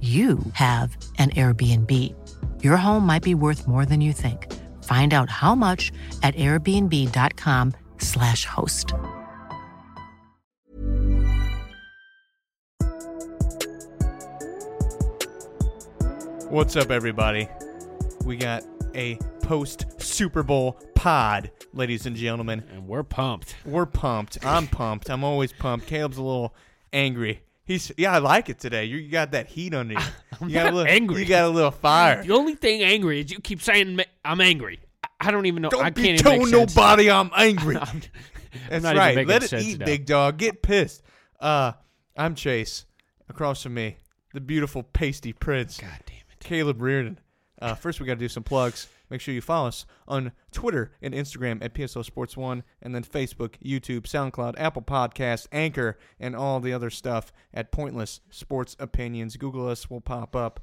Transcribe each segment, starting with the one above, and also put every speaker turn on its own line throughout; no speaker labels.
you have an Airbnb. Your home might be worth more than you think. Find out how much at airbnb.com/slash host.
What's up, everybody? We got a post Super Bowl pod, ladies and gentlemen.
and we're pumped.
We're pumped. I'm pumped. I'm always pumped. Caleb's a little angry. He's yeah, I like it today. You got that heat under you. you got
not
a little,
angry.
You got a little fire.
The only thing angry is you keep saying ma- I'm angry. I- I don't even know.
Don't
I
be
can't even
telling
make sense.
nobody I'm angry.
I'm- I'm
That's
not even
right.
making
Let it
sense
eat,
now.
big dog. Get pissed. Uh, I'm Chase. Across from me, the beautiful pasty prince.
God damn it.
Caleb Reardon. Uh, first, we got to do some plugs. Make sure you follow us on Twitter and Instagram at PSO Sports One, and then Facebook, YouTube, SoundCloud, Apple Podcast, Anchor, and all the other stuff at Pointless Sports Opinions. Google us, we'll pop up.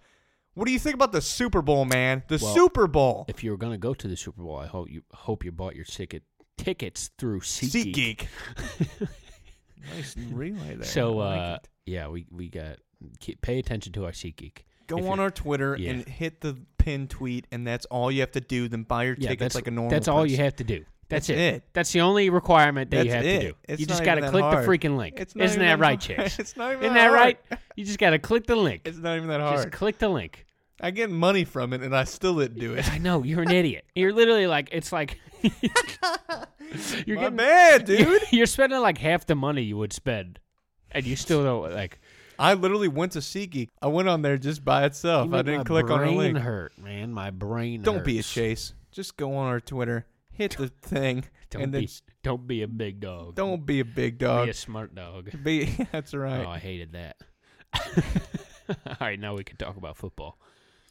What do you think about the Super Bowl, man? The
Well,
Super Bowl.
If you were gonna go to the Super Bowl, I hope you hope you bought your ticket tickets through SeatGeek.
SeatGeek. nice relay there.
So
I like
uh,
it.
yeah, we we got keep, pay attention to our SeatGeek. If
go
you're-
on our Twitter
yeah.
and hit the pin tweet, and that's all you have to do. Then buy your
yeah,
tickets
that's
like a normal.
That's all you
person.
have to do. That's,
That's
it.
it.
That's the only requirement that you
That's
have
it.
to do.
It's
you
not
just
even
gotta
that
click
hard.
the freaking link.
It's not
Isn't
even
that
that
right,
hard.
Chase?
It's not even
Isn't
that
that right?
hard.
You just gotta click the link.
It's not even that hard.
Just click the link.
I get money from it, and I still didn't do it.
I know you're an idiot. You're literally like it's like you're
My
getting
man, dude.
You're spending like half the money you would spend, and you still don't like.
I literally went to SeatGeek. I went on there just by itself.
you
Oh, I
make
didn't
my
click on
brain
a link.
Hurt, man. My brain.
Don't be a
hurts.
chase. Just go on our Twitter, hit the thing,
Don't
and then
be. Don't be a big dog.
don't be a big
be
dog.
a smart dog.
Be that's right.
Oh, I hated that. All right, now we can talk about football. Oh.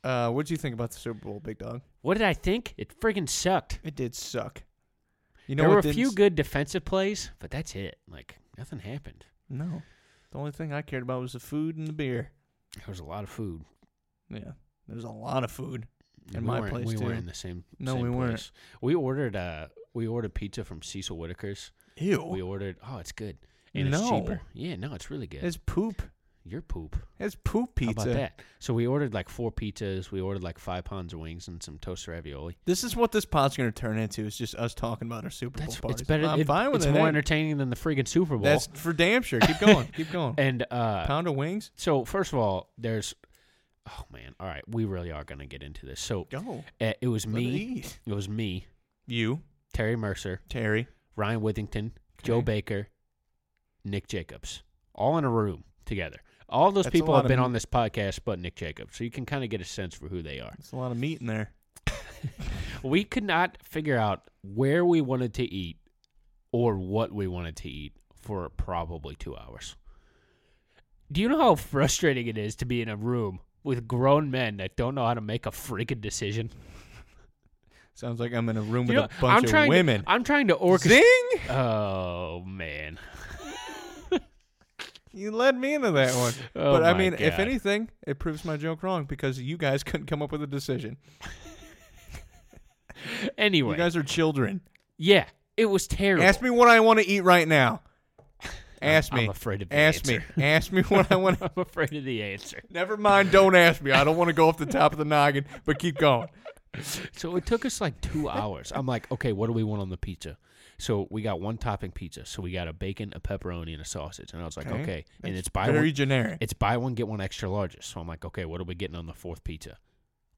Uh, what would you think about the Super Bowl, big dog?
What did I think? It freaking sucked.
It did suck. You know
there
what
were a
didn't
few
s-
good defensive plays, but that's it. Like nothing happened.
No, the only thing I cared about was the food and the beer.
There was a lot of food.
Yeah, there's a lot of food. In
we
my
weren't-
place,
we were
too.
in the same.
No,
same
we weren't.
place. We ordered uh, we ordered pizza from Cecil Whitaker's.
Ew,
We ordered. Oh, it's good. And it's
No.
cheaper. Yeah, no, it's really good.
it's poop.
Your poop.
It's poop pizza.
How about that? So we ordered like four pizzas. We ordered like five pounds of wings and some toasted ravioli.
This is what this pod's going to turn into. It's just us talking about our Super
That's
Bowl parties.
it's better.
I'm
it-
fine with
it's
it.
more
hey.
entertaining than the freaking Super Bowl.
That's for damn sure. Keep going. Keep going.
and uh,
Pound of wings.
so first of all, there's. Oh man! All right, we really are gonna get into this. So
Go.
uh, it was
Let
me.
eat.
It was me,
You,
Terry Mercer,
Terry.
Ryan Withington, Joe
Okay.
Baker, Nick Jacobs, all in a room together. All those
That's a
people
lot
have
of
been on
meat.
this podcast, but Nick Jacobs, so you can kind of get a sense for who they are.
There's a lot of meat in there.
We could not figure out where we wanted to eat or what we wanted to eat for probably two hours. Do you know how frustrating it is to be in a room with grown men that don't know how to make a freaking decision?
Sounds like I'm in a room
You
with
know,
a bunch
I'm trying
of women.
To, I'm trying to orchestrate.
Zing!
Oh man.
You led me into that one.
Oh
but I
my
mean, if
God.
anything, it proves my joke wrong because you guys couldn't come up with a decision.
Anyway,
You guys are children.
yeah, it was terrible.
Ask me what I want to eat right now. Ask
I'm
me.
afraid of the
Ask
answer.
me. Ask me what I want. to
I'm afraid of the answer.
Never mind. Don't ask me. I don't want to go off the top of the noggin. But keep going.
So it took us like two hours. I'm like, okay, what do we want on the pizza? So we got one topping pizza. So we got a bacon, a pepperoni, and a sausage. And I was like, okay. And
That's
it's buy
very
one,
generic.
it's buy one get one extra largest. So I'm like, okay, what are we getting on the fourth pizza?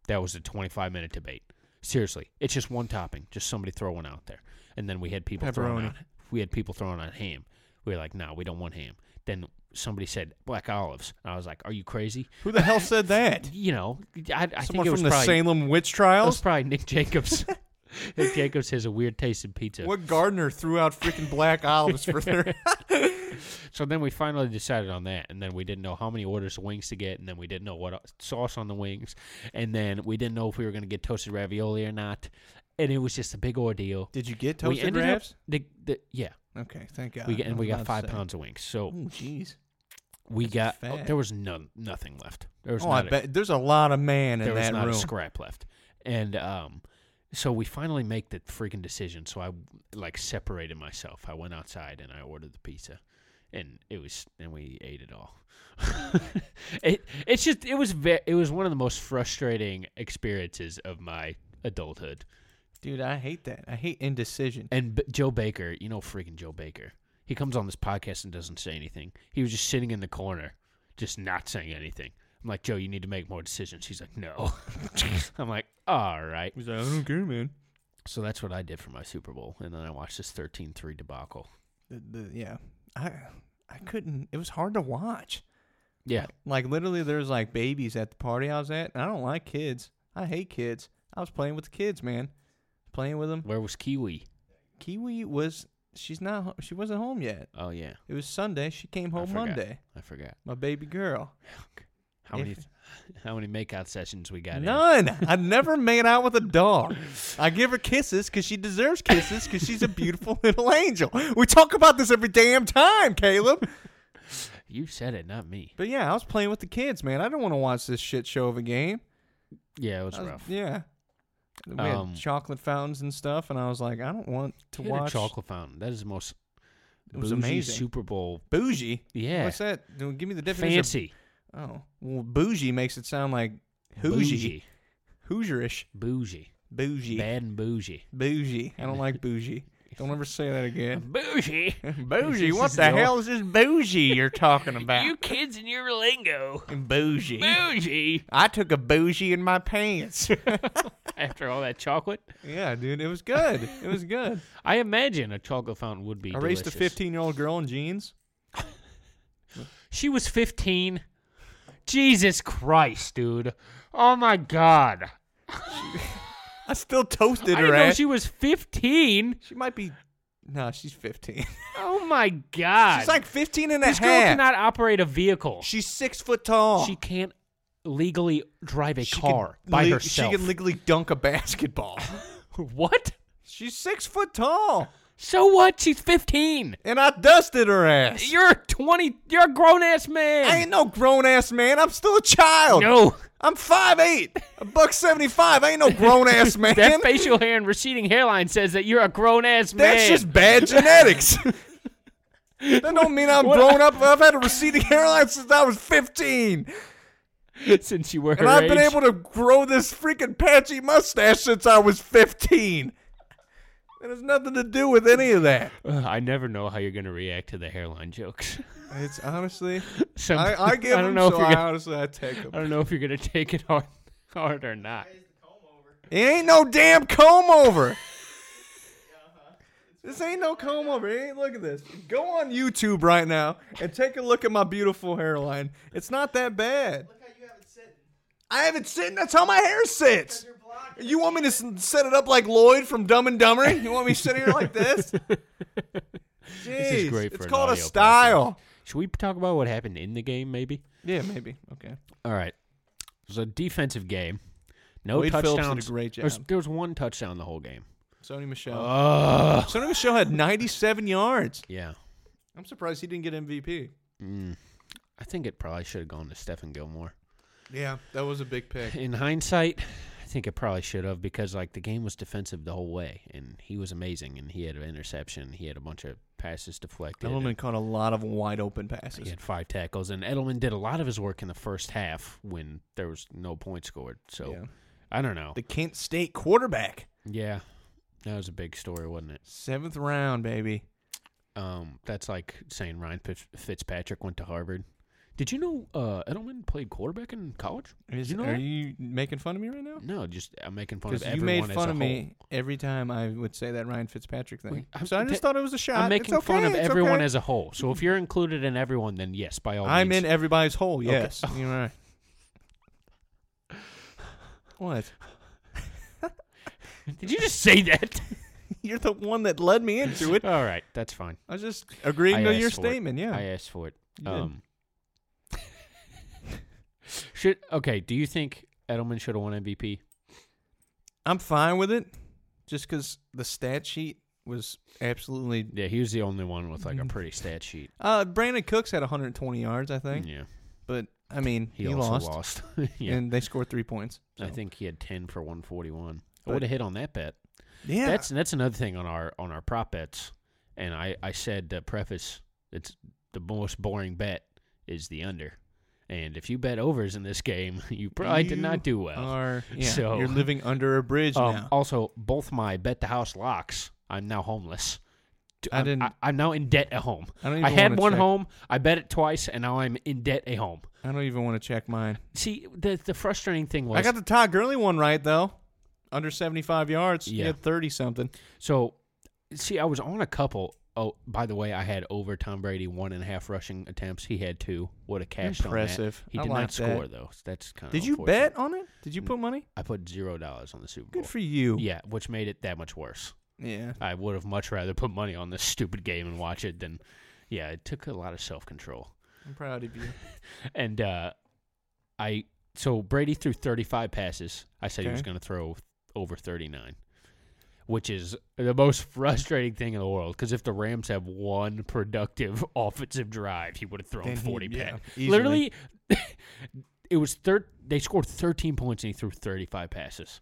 That was a 25 minute debate. Seriously, it's just one topping. Just somebody throwing out there. And then we had people throwing
Pepperoni.
out. We had people throwing out ham. We were like, no, we don't want ham. Then somebody said black olives. And I was like, are you crazy?
Who the hell said that?
You know, I, I think
Someone
it was
from the
probably,
Salem witch
it was
trials.
probably Nick Jacobs. Nick Jacobs has a weird taste in pizza.
What gardener threw out freaking black olives for their?
So then we finally decided on that, and then we didn't know how many orders of wings to get, and then we didn't know what else- sauce on the wings, and then we didn't know if we were going to get toasted ravioli or not, and it was just a big ordeal.
Did you get
We
toasted Uh,
ended up-
wraps?
the, the, yeah,
Okay, thank God.
we got, and we got five
pounds.
pounds of wings, so
Oh, jeez.
we got
that's
oh,
fat.
there was none nothing left. There was
Oh, I
not a-
bet there's a lot of man in
there was
that
not
room.
a scrap left, and um, so we finally make the freaking decision. So I like separated myself. I went outside and I ordered the pizza, and it was and we ate it all. it it's just it was ve- it was one of the most frustrating experiences of my adulthood.
Dude, I hate that. I hate indecision.
And B- Joe Baker, you know freaking Joe Baker. He comes on this podcast and doesn't say anything. He was just sitting in the corner, just not saying anything. I'm like, Joe, you need to make more decisions. He's like, no. I'm like, all right.
He's like, I don't care, man.
So that's what I did for my Super Bowl, and then I watched this 13-3 debacle.
The, the, yeah, I I couldn't. It was hard to watch.
Yeah,
Like literally, there's like babies at the party I was at, and I don't like kids. I hate kids. I was playing with the kids, man. Playing with them.
where was Kiwi?
Kiwi was she's not ho- she wasn't home yet.
Oh yeah,
It was Sunday. She came
I
home
forgot.
Monday.
I forgot.
My baby girl.
How many, how many makeout sessions we got? in?
None. I never made out with a dog. I give her kisses because she deserves kisses because she's a beautiful little angel. We talk about this every damn time, Caleb.
You said it, not me.
But yeah, I was playing with the kids, man. I didn't want to watch this shit show of a game.
Yeah, it was
I was-
rough.
Yeah. We
Um,
had chocolate fountains and stuff, and I was like, I don't want to
He had
watch
a chocolate fountain. That is the most
It was
bougie
amazing.
Super Bowl.
bougie.
Yeah.
What's that? Dude, Give me the definition. of-
Fancy,
Oh, well, bougie makes it sound like hoosier, Hoosierish,
bougie,
bougie,
bougie. bad and bougie.
bougie. I don't like bougie. Don't ever say that again.
Bougie.
bougie.
This
What
is
the
your-
hell is this bougie you're talking about?
kids and your lingo.
bougie.
Bougie.
I took a bougie in my pants.
After all that chocolate,
yeah, dude, it was good. It was good.
I imagine a chocolate fountain would be.
I raced a
delicious.
15 year old girl in jeans.
She was 15. Jesus Christ, dude. Oh my God.
I still toasted
I
her
didn't know
ass.
she was 15.
She might be. Nah, she's 15.
Oh my God.
she's like 15 and a
this girl
half.
cannot operate a vehicle.
she's six foot tall.
She can't legally drive a
She can
car by
le-
herself.
She can legally dunk a basketball.
what?
She's six foot tall,
So what? She's 15.
and I dusted her ass.
You're 20. You're a grown ass man.
I ain't no grown ass man. I'm still a child.
No.
I'm 5'8, a buck 75. I ain't no grown ass man.
That facial hair and receding hairline says that you're a grown ass man.
That's just bad genetics. that don't mean I'm grown up. I've had a receding hairline since I was 15.
since you were her
And I've been
age.
able to grow this freaking patchy mustache since I was 15. It has nothing to do with any of that.
Ugh, I never know how you're gonna react to the hairline jokes.
It's honestly,
Some-
I, I give
I don't
them,
know
so
if you're
I
gonna,
honestly I take
I
them.
don't know if you're gonna take it hard, hard or not.
It ain't no damn comb over. This ain't no comb over. It ain't, look at this. Go on YouTube right now and take a look at my beautiful hairline. It's not that bad. I have it sitting. That's how my hair sits. You want me to s- set it up like Lloyd from Dumb and Dumber? You want me sitting here like this? Jeez,
This is great for
it's
an
called a
audio podcast.
style.
Should we talk about what happened in the game, maybe?
Yeah, maybe. Okay.
All right. It was a defensive game. No
Wade Phillips did a
touchdowns.
great
There was,
job.
there was one touchdown the whole game.
Sony Michelle.
Ugh.
Sony Michelle had 97 yards.
Yeah.
I'm surprised he didn't get MVP.
Mm. I think it probably should have gone to Stephen Gilmore.
Yeah, that was a big pick.
In hindsight, I think it probably should have because like the game was defensive the whole way, and he was amazing, and he had an interception, he had a bunch of passes deflected. and-
Edelman caught a lot of wide open passes.
He had five tackles, and Edelman did a lot of his work in the first half when there was no points scored. So
Yeah.
I don't know.
The Kent State quarterback.
yeah, That was a big story, wasn't it?
Seventh round, baby.
Um, that's like saying Ryan Fitz- Fitzpatrick went to Harvard. Did you know uh, Edelman played quarterback in college?
Is,
Did you know
are
that?
you making fun of me right now?
No, just I'm making fun of
Because
everyone
you made
as
fun
a
of
whole.
me every time I would say that Ryan Fitzpatrick thing.
Wait, I'm-
so I just
th-
thought it was a shot.
I'm making
It's
fun
okay,
of
it's
everyone
okay.
as a whole. So if you're included in everyone, then yes, by all
I'm
means.
in everybody's hole.
Okay.
Yes, you're right. What?
Did you just say that?
You're the one that led me into it.
all right, that's fine.
I was just agreeing
I
to your
asked for it.
statement. Yeah.
I asked for it.
You did.
Um, should okay? Do you think Edelman should have won MVP?
I'm fine with it, just because the stat sheet was absolutely.
Yeah, he was the only one with like a
Mhm.
pretty stat sheet.
Uh, Brandon Cooks had 120 yards, I think,
Yeah,
but I mean
he,
he,
also
lost,
lost. yeah,
and they scored three points.
I
so.
think he had ten for one forty one. I
But-
would have hit on that bet.
Yeah,
That's that's another thing on our on our prop bets. And I I said to preface it's the most boring bet is the under. And if you bet overs in this game, you probably did
You
not do well.
Are, yeah,
So-
you're living under a bridge
Um,
now.
Also, both my bet the house locks. I'm now homeless. D-
I
I'm-
didn't-
I, am now in debt at home.
I don't
I
even
had
wanna
one
check.
home. I bet it twice, and now I'm in debt a home.
I don't even want to check mine.
See, the the frustrating thing was
I got the Todd Gurley one right though, under 75 yards. He
Yeah.
had 30 something.
So, see, I was on a couple. Oh, by the way, I had over Tom Brady one and a half rushing attempts. He had two. What a cash!
Impressive.
He
I
did
like
not
that.
score though. So that's kind of.
Did you bet on it? Did you put money?
I put zero dollars on the Super Bowl.
Good for you.
Mm. Yeah, which made it that much worse.
Yeah.
I would have much rather put money on this stupid game and watch it than. Yeah, it took a lot of self control.
I'm proud of you.
And uh, I so Brady threw 35 passes. I said he was
Okay.
going to throw over 39, which is the most frustrating thing in the world. Because if the Rams have one productive offensive drive, he would have thrown
Then he-
40
yeah,
passes.
easily.
Literally, it was third. They scored 13 points and he threw 35 passes.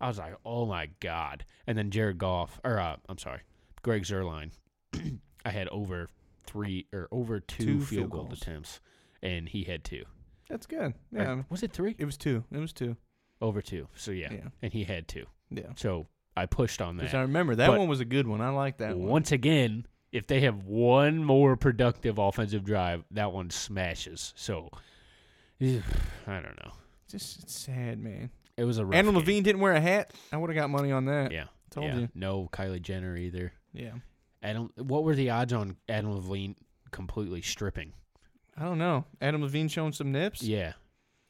I was like, oh my god! And then Jared Goff, or uh, I'm sorry, Greg Zerline. I had over three or over two,
Two
field,
field
goal
goals.
attempts, and he had two.
That's good.
Or-
Yeah.
was it three?
It was two. It was two.
Over two. So yeah.
Yeah.
and he had two.
Yeah.
So I pushed on
Because I
that.
remember that
But-
one was a good one. I like that one.
Once again, if they have one more productive offensive drive, that one smashes. So I don't know.
Just it's sad, man.
It was a rough
Adam
game.
Levine didn't wear a hat. I would have got money on that.
Yeah.
Told
yeah.
you.
No Kylie Jenner either.
Yeah.
Adam, what were the odds on Adam Levine completely stripping?
I don't know. Adam Levine showing some nips.
Yeah.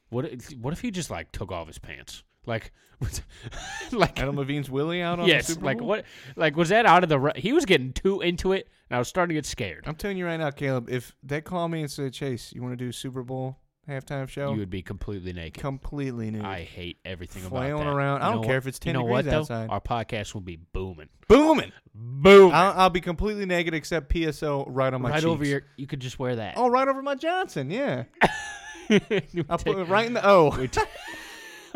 What if, what if he just like took off his pants? Like, like
Adam Levine's willy out on
yes,
the Super
like
Bowl?
what? Like was that out of the? ru- He was getting too into it, and I was starting to get scared.
I'm telling you right now, Caleb. If they call me and say, "Chase, you want to do Super Bowl halftime show?"
You would be completely naked.
completely new.
I hate everything about
Flailing
that.
around. I
You
don't
know
care
what-
if it's 10
you know
degrees
what, though?
outside.
Our podcast will be booming,
Booming.
boom,
I'll, I'll be completely naked except PSO right on my
right
cheeks.
over your. You could just wear that.
Oh, right over my Johnson. Yeah.
You
I'll put
take-
it right in the O.
we t-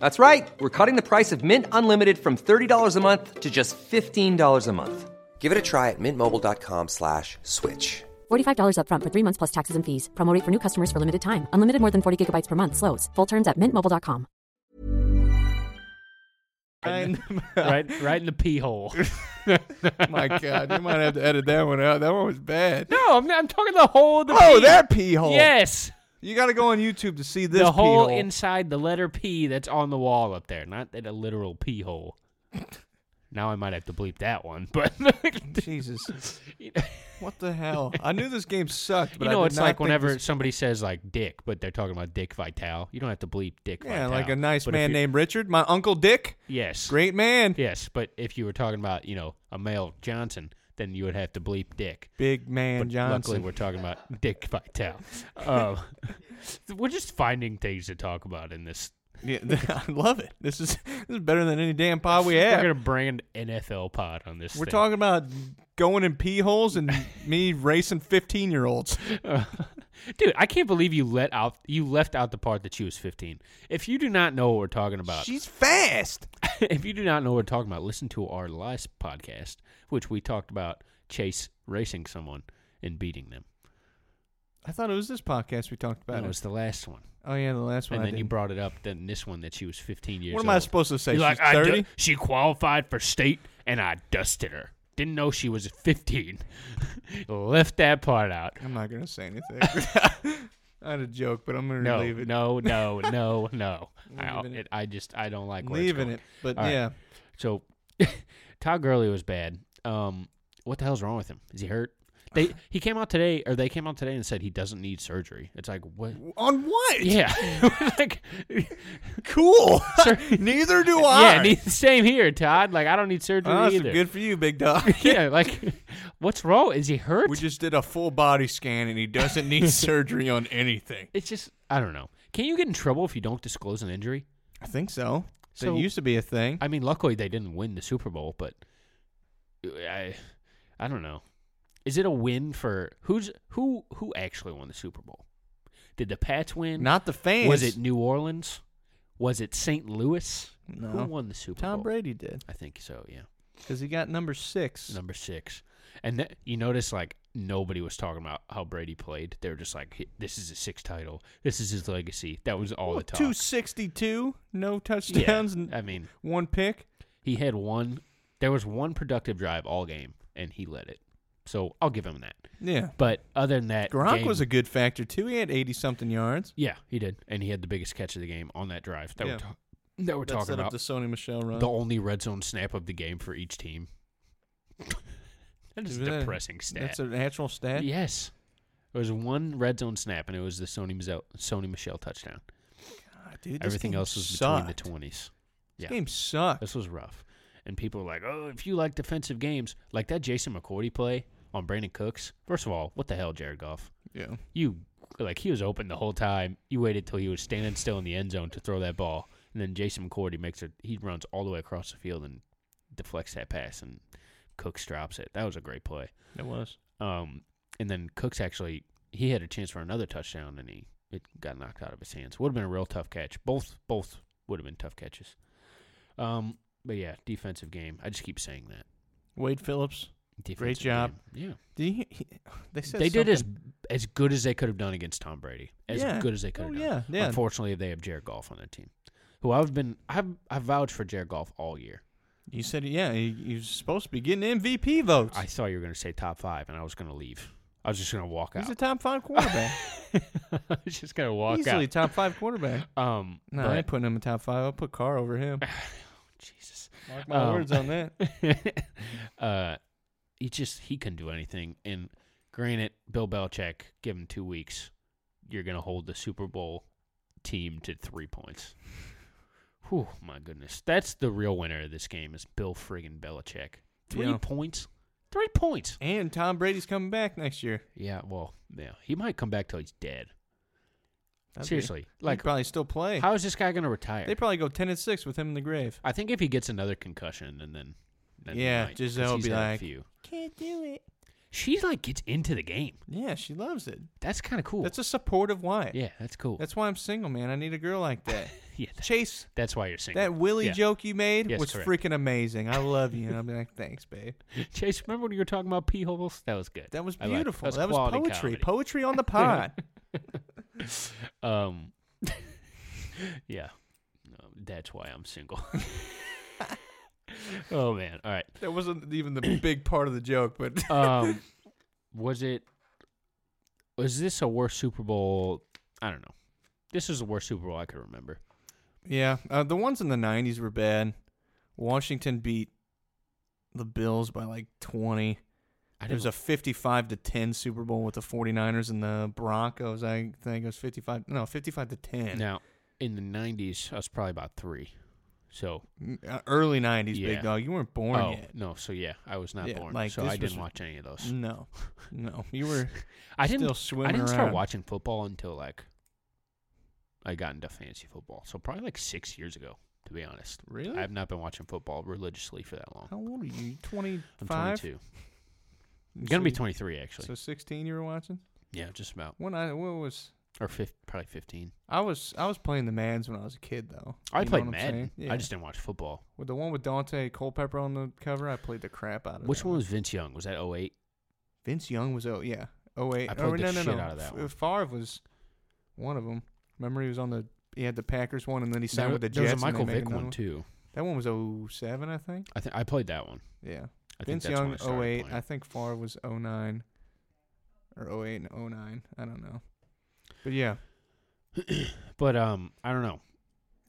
That's right. We're cutting the price of Mint Unlimited from $30 a month to just $15 a month. Give it a try at mintmobile.com slash switch.
$45 upfront for three months plus taxes and fees. Promo rate for new customers for limited time. Unlimited more than 40 gigabytes per month. Slows. Full terms at mintmobile.com.
Right.
Right, right in the pee hole.
my God, you might have to edit that one out. That one was bad.
No, I'm, I'm talking the whole. Of the
Oh,
pee.
that pee hole.
Yes,
You got to go on YouTube to see this
the hole
pee hole.
inside the letter P that's on the wall up there, not that a literal pee hole. Now I might have to bleep that one, but
Jesus. What the hell? I knew this game sucked, but
you
I
know,
did
it's
not
like
think
whenever
this-
somebody says like Dick, but they're talking about Dick Vitale. You don't have to bleep Dick.
yeah,
Vitale.
like a nice
But if
man
you-
named Richard, my uncle Dick,
Yes.
great man,
Yes, but if you were talking about you know a male Johnson, then you would have to bleep Dick.
big man
But luckily,
Johnson.
we're talking about Dick Vitale. Um, we're just finding things to talk about in this.
Yeah, I love it. This is this is better than any damn pod we have.
We're gonna brand NFL pod on this.
We're
thing.
talking about going in pee holes and me racing 15 year olds.
Uh, dude, I can't believe you let out you left out the part that she was 15. If you do not know what we're talking about,
She's fast.
if you do not know what we're talking about, listen to our last podcast, which we talked about Chase racing someone and beating them.
I thought it was this podcast we talked about.
That
it.
was the last one,
oh, yeah, the last one.
and
I
then you
didn't-
brought it up. Then this one that she was 15 years.
What am I
old.
supposed to say?
You're
She's
like, I du-
30?
she qualified for state, and I dusted her. Didn't know she was 15. Left that part out.
I'm not going to say anything. I had a joke, but I'm going to
No,
leave it.
no, no, no, no. I,
Leaving it.
it- I just I don't like where it's
leaving
going.
it. But
All right.
yeah,
So Todd Gurley was bad. Um, what the hell's wrong with him? Is he hurt? They he came out today, or they came out today and said he doesn't need surgery. It's like what?
on what?
Yeah, like
cool.
Sir-
Neither do I.
yeah. need- Same here, Todd. Like I don't need surgery
Oh, that's
either.
good for you, big dog.
yeah, like what's wrong? Is he hurt?
We just did a full body scan, and he doesn't need surgery on anything.
it's just I don't know. Can you get in trouble if you don't disclose an injury?
I think so.
So-
that used to be a thing.
I mean, luckily they didn't win the Super Bowl, but uh, I, I don't know. Is it a win for who's who? Who actually won the Super Bowl? Did the Pats win?
Not the fans.
Was it New Orleans? Was it St. Louis? Who
No.
won the Super
Tom
Bowl?
Brady did
I think so. Yeah,
because he got number six.
number six. And that, you notice like nobody was talking about how Brady played. They were just like, "Hey, "This is his sixth title. This is his legacy." That was all the talk.
Two sixty-two, no touchdowns, and
I mean,
one pick.
He had one. There was one productive drive all game, and he led it. So I'll give him that.
Yeah,
But other than that,
Gronk
game-
was a good factor too. He had eighty-something yards.
yeah, he did, and he had the biggest catch of the game on that drive that
Yeah.
we're ta- that we're
that
talking
set
about.
up the Sony Michelle run.
The only red zone snap of the game for each team. that is a
Isn't that-
depressing stat.
That's an actual stat.
Yes, there was one red zone snap, and it was the Sony Michelle, Sony Michelle touchdown.
God, Ah, dude, this
Everything
game
else was between the
sucked.
twenties.
This game sucked.
This was rough. And people were like, oh, if you like defensive games, like that Jason McCourty play on Brandon Cooks. First of all, what the hell, Jared Goff?
Yeah.
You, like, he was open the whole time. You waited till he was standing still in the end zone to throw that ball. And then Jason McCourty makes it, he runs all the way across the field and deflects that pass, and Cooks drops it. That was a great play.
It was.
Um, and then Cooks actually, he had a chance for another touchdown, and he it got knocked out of his hands. Would have been a real tough catch. Both both would have been tough catches. Um, but yeah, defensive game. I just keep saying that.
Wade Phillips.
Defensive
job.
Game. Yeah,
Did he, he- they said
they did as
something.
as good as they could have done against Tom Brady. As
Yeah.
good as they could have
Oh,
done.
yeah, yeah.
Unfortunately, they have Jared Goff on their team, who I've been I've I've vouched for Jared Goff all year.
You said yeah. He, he was supposed to be getting MVP votes.
I thought you were going to say top five, and I was going to leave. I was just going to walk
He's a
out.
top five quarterback.
I was just going to walk
Easily
out.
top five quarterback.
um,
No,
but-
I ain't putting him in top five. I'll put Carr over him.
Jesus. Um,
Mark
Oh.
my words on that.
uh, he just he couldn't do anything. And granted, Bill Belichick, give him two weeks, you're gonna hold the Super Bowl team to three points. Whew, my goodness, that's the real winner of this game is Bill friggin' Belichick. Three
Yeah.
points, three points.
And Tom Brady's coming back next year.
Yeah, well, yeah, he might come back till he's dead.
That'd be-
Seriously, like,
he'd probably still play.
How is this guy gonna retire?
They probably go ten and six with him in the grave.
I think if he gets another concussion, and then, then he
Yeah,
might, 'cause
Giselle will
he's
be
had a
like,
few.
Can't do it.
she like gets into the game.
Yeah, she loves it.
That's kind of cool.
That's a supportive wife.
yeah, that's cool.
That's why I'm single, man. I need a girl like that.
yeah, that-
Chase,
that's why you're single.
that Willie
Yeah.
joke you made
Yes,
was
correct.
freaking amazing. I love you. And I'm like, thanks, babe.
Chase, remember when you were talking about pee holes? That was good.
That was
I liked it.
beautiful. that was
quality
poetry.
comedy.
Poetry on the pod.
um, yeah, no, that's why I'm single. oh man, all right.
that wasn't even the big part of the joke, but
Um, was it? Was this a worse Super Bowl? I don't know. This is the worst Super Bowl I could remember.
yeah, uh, the ones in the '90s were bad. Washington beat the Bills by like 20. It was a 55 to 10 Super Bowl with the 49ers and the Broncos. I think it was 55 no, 55 to 10.
Now, in the '90s, I was probably about three. So,
Uh, Early 90s,
Yeah.
big dog. You weren't born
oh
yet.
no, so yeah, I was not
Yeah,
born,
like,
so
this
I
was-
didn't watch any of those.
No. No. You were
I didn't.
still swimming
I didn't
around.
start watching football until like I got into fantasy football. So probably like six years ago, to be honest.
Really?
I have not been watching football religiously for that long.
How old are you? 25?
I'm 22. Gonna be
So-
23 actually.
So 16 you were watching?
yeah, just about.
When I what was
Or fif- probably 15.
I was I was playing the Mads when I was a kid though.
I
You know
played
what I'm
Madden.
saying? Yeah.
I just didn't watch football.
with the one with Dante Culpepper on the cover. I played the crap out of.
Which
that
one was Vince Young? Was that 08?
Vince Young was oh yeah oh wait
I
oh,
played
no
the
no
shit
no
out of
F-
that one.
Favre was one of them. Remember he was on the he had the Packers one and then he signed
There-
with the
there
Jets.
was a Michael
and they made
Vick
another
one too.
That one was 07, I think.
I think I played that one.
Yeah.
I think
Vince
that's when I
Young
started
08.
playing.
I think Favre was 09 or 08 and 09. I don't know. But yeah,
But um, I don't know.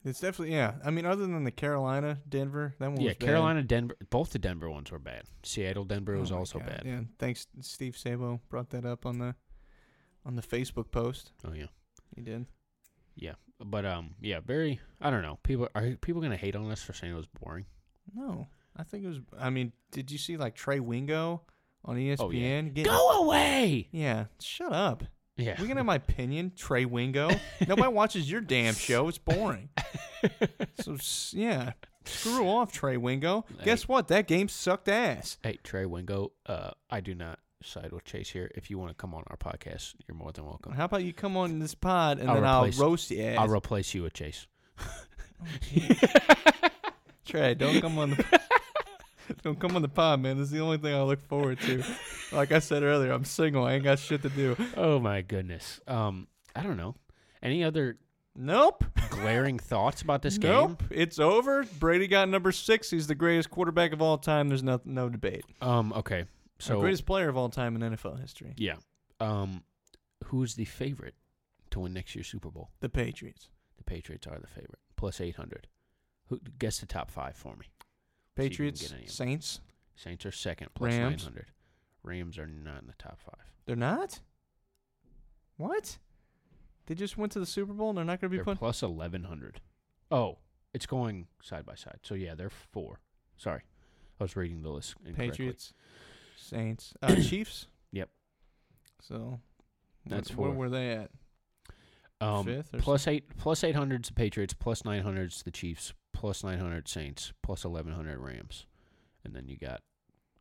it's definitely yeah. I mean, other than the Carolina Denver, that one
Yeah,
was bad.
Carolina, Denver. Both the Denver ones were bad. Seattle, Denver
Oh
was
my
also
God,
bad.
Yeah, thanks Steve Sabo brought that up on the on the Facebook post.
Oh yeah,
He did.
yeah. But um, yeah. Very. I don't know. People are people gonna hate on us for saying it was boring?
No, I think it was. I mean, did you see like Trey Wingo on E ESPN?
Oh yeah.
getting-
Go away.
Yeah, shut up.
Yeah.
We can have my opinion, Trey Wingo. Nobody watches your damn show. It's boring. so s- yeah, screw off, Trey Wingo. Guess
Like-
what? That game sucked ass.
Hey Trey Wingo. Uh, I do not side with Chase here. If you want to come on our podcast, you're more than welcome.
How about you come on this pod and then
replace-
I'll roast you?
I'll replace you with Chase.
Trey, don't come on the don't come on the pod, man. This is the only thing I look forward to. Like I said earlier, I'm single. I ain't got shit to do.
Oh my goodness. Um, I don't know. Any other
Nope.
glaring thoughts about this game?
nope. It's over. Brady got number six. He's the greatest quarterback of all time. There's no no debate.
Um. Okay.
So
So
greatest player of all time in NFL history.
yeah. Um, who's the favorite to win next year's Super Bowl?
The Patriots.
The Patriots are the favorite, plus eight hundred. Who guess the top five for me? See if you can
Patriots,
get any of them.
Saints.
Saints are second, plus nine
Rams.
hundred. Rams are not in the top five.
They're not? What? They just went to the Super Bowl and they're not gonna be
They're
put
plus eleven hundred. Oh, it's going side by side. So yeah, they're four. Sorry, I was reading the list. Incorrectly.
Patriots. Saints. Uh, Chiefs.
Yep.
So wh-
That's
where
four.
were they at?
Um,
Fifth or
plus eight, plus eight hundreds the Patriots, plus nine hundreds the Chiefs, plus nine hundred Saints, plus eleven hundred Rams, and then you got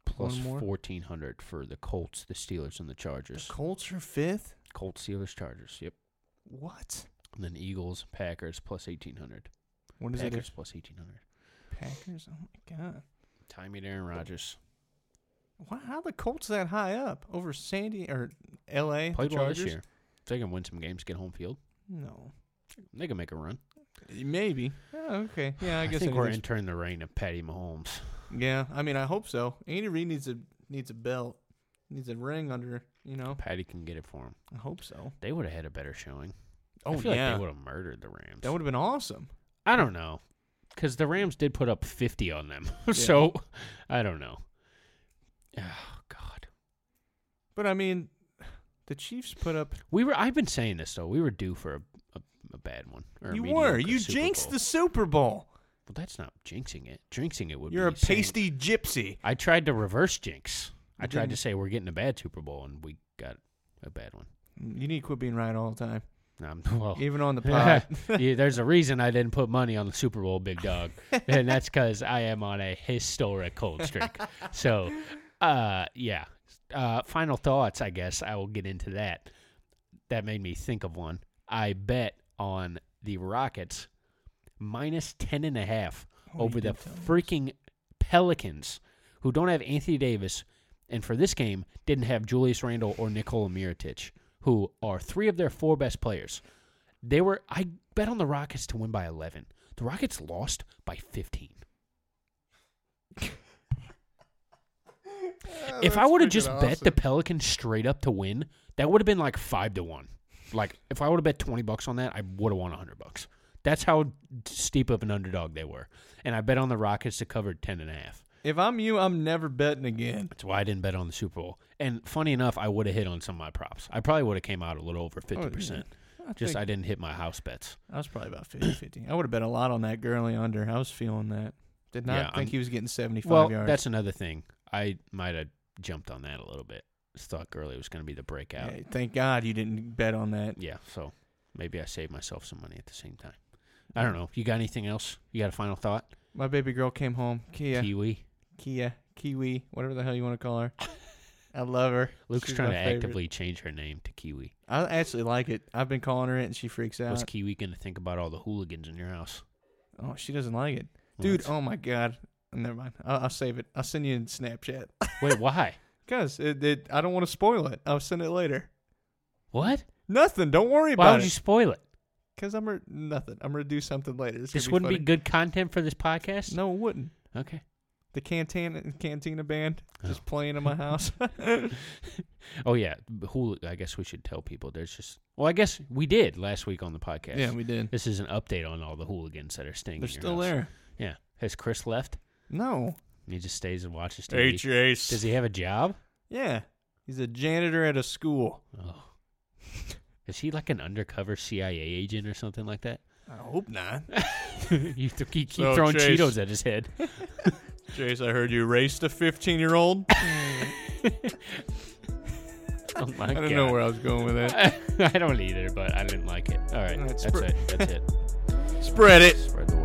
plus
One more?
fourteen hundred for the Colts, the Steelers, and the Chargers.
The Colts are fifth.
Colts, Steelers, Chargers. Yep.
What?
And then Eagles, Packers, plus eighteen hundred.
What is
Packers
it?
plus eighteen hundred.
Packers. Oh my god.
Time me to Aaron Rodgers.
Why, how the Colts that high up over Sandy or L.A.
Played
the
well this
Chargers?
year. If they can win some games, get home field.
No.
They can make a run.
Maybe. Oh, okay. Yeah, I, guess
think we're
anything's-
entering the reign of Patty Mahomes.
Yeah, I mean, I hope so. Andy Reid needs a needs a belt, needs a ring under. You know,
Patty can get it for him.
I hope so.
They would have had a better showing.
Oh
I feel
yeah,
like they would have murdered the Rams.
that would have been awesome.
I don't know. Because the Rams did put up 50 on them.
Yeah.
so, I don't know. Oh, God.
But I mean, the Chiefs put up.
We were, I've been saying this, though. We were due for a, a, a bad one. Or a
you were
mediocre
you
Super
jinxed
Bowl.
the Super Bowl.
Well, that's not jinxing it. Jinxing it would
You're a
be saying-
pasty gypsy.
I tried to reverse jinx. I
You
tried to
didn't.
say we're getting a bad Super Bowl, and we got a bad one.
You need to quit being right all the time.
No, I'm, well,
Even on the pod.
yeah, there's a reason I didn't put money on the Super Bowl, big dog, and that's because I am on a historic cold streak. So, uh, yeah. Uh, final thoughts, I guess I will get into that. That made me think of one. I bet on the Rockets minus ten and a half
Oh, you
over the
did tell me this.
freaking Pelicans, who don't have Anthony Davis, and for this game didn't have Julius Randle or Nikola Mirotic, who are three of their four best players. They were I bet on the Rockets to win by 11. The Rockets lost by 15.
Oh,
if I would have just bet the Pelicans straight up to win, that would have been like 5 to 1. Like if I would have bet 20 bucks on that, I would have won 100 bucks. That's how steep of an underdog they were. And I bet on the Rockets to cover 10 and a half.
If I'm you, I'm never betting again.
That's why I didn't bet on the Super Bowl. And funny enough, I would have hit on some of my props. I probably would have came out a little over fifty percent.
Oh, I
Just
think-
I didn't hit my house bets.
I was probably about 50 50. I would have bet a lot on that Gurley under. I was feeling that. Did not
Yeah,
think
I'm-
he was getting 75
Well,
yards.
that's another thing. I might have jumped on that a little bit. Just thought Gurley was going to be the breakout.
Hey, thank God you didn't bet on that.
Yeah, so maybe I saved myself some money at the same time. I don't know. You got anything else? You got a final thought?
My baby girl came home. Kia.
Kiwi.
Kia. Kiwi. Whatever the hell you want to call her. I love her.
Luke's
She's
trying
my
to
favorite.
actively change her name to Kiwi.
I actually like it. I've been calling her it and she freaks out.
What's Kiwi going to think about all the hooligans in your house?
Oh, she doesn't like it. Dude,
What?
oh my God. Never mind. I'll, I'll save it. I'll send you in Snapchat.
Wait, why?
Because it, it, I don't want to spoil it. I'll send it later.
What?
Nothing. Don't worry
Why
about
would you
it.
spoil it?
Because I'm re- nothing. I'm gonna do something later. It's gonna
This wouldn't be
funny.
good content for this podcast?
No, it wouldn't.
Okay.
The cantina cantina band
Oh.
just playing in my house.
Oh, yeah. Hool- I guess we should tell people there's just. Well, I guess we did last week on the podcast.
Yeah, we did.
This is an update on all the hooligans that are staying
They're
in your
still
house.
there.
Yeah. Has Chris left?
No.
He just stays and watches TV.
Ace.
Does he have a job?
Yeah, he's a janitor at a school.
Oh. Is he like an undercover CIA agent or something like that?
I hope not.
you th- keep, keep
So,
throwing
Chase-
Cheetos at his head.
Chase, I heard you raced a 15 year old.
Oh my
I don't
God.
know where I was going with that.
I don't either, but I didn't like it. All right,
All right,
that's
spr-
it. That's it.
Spread it.
Spread the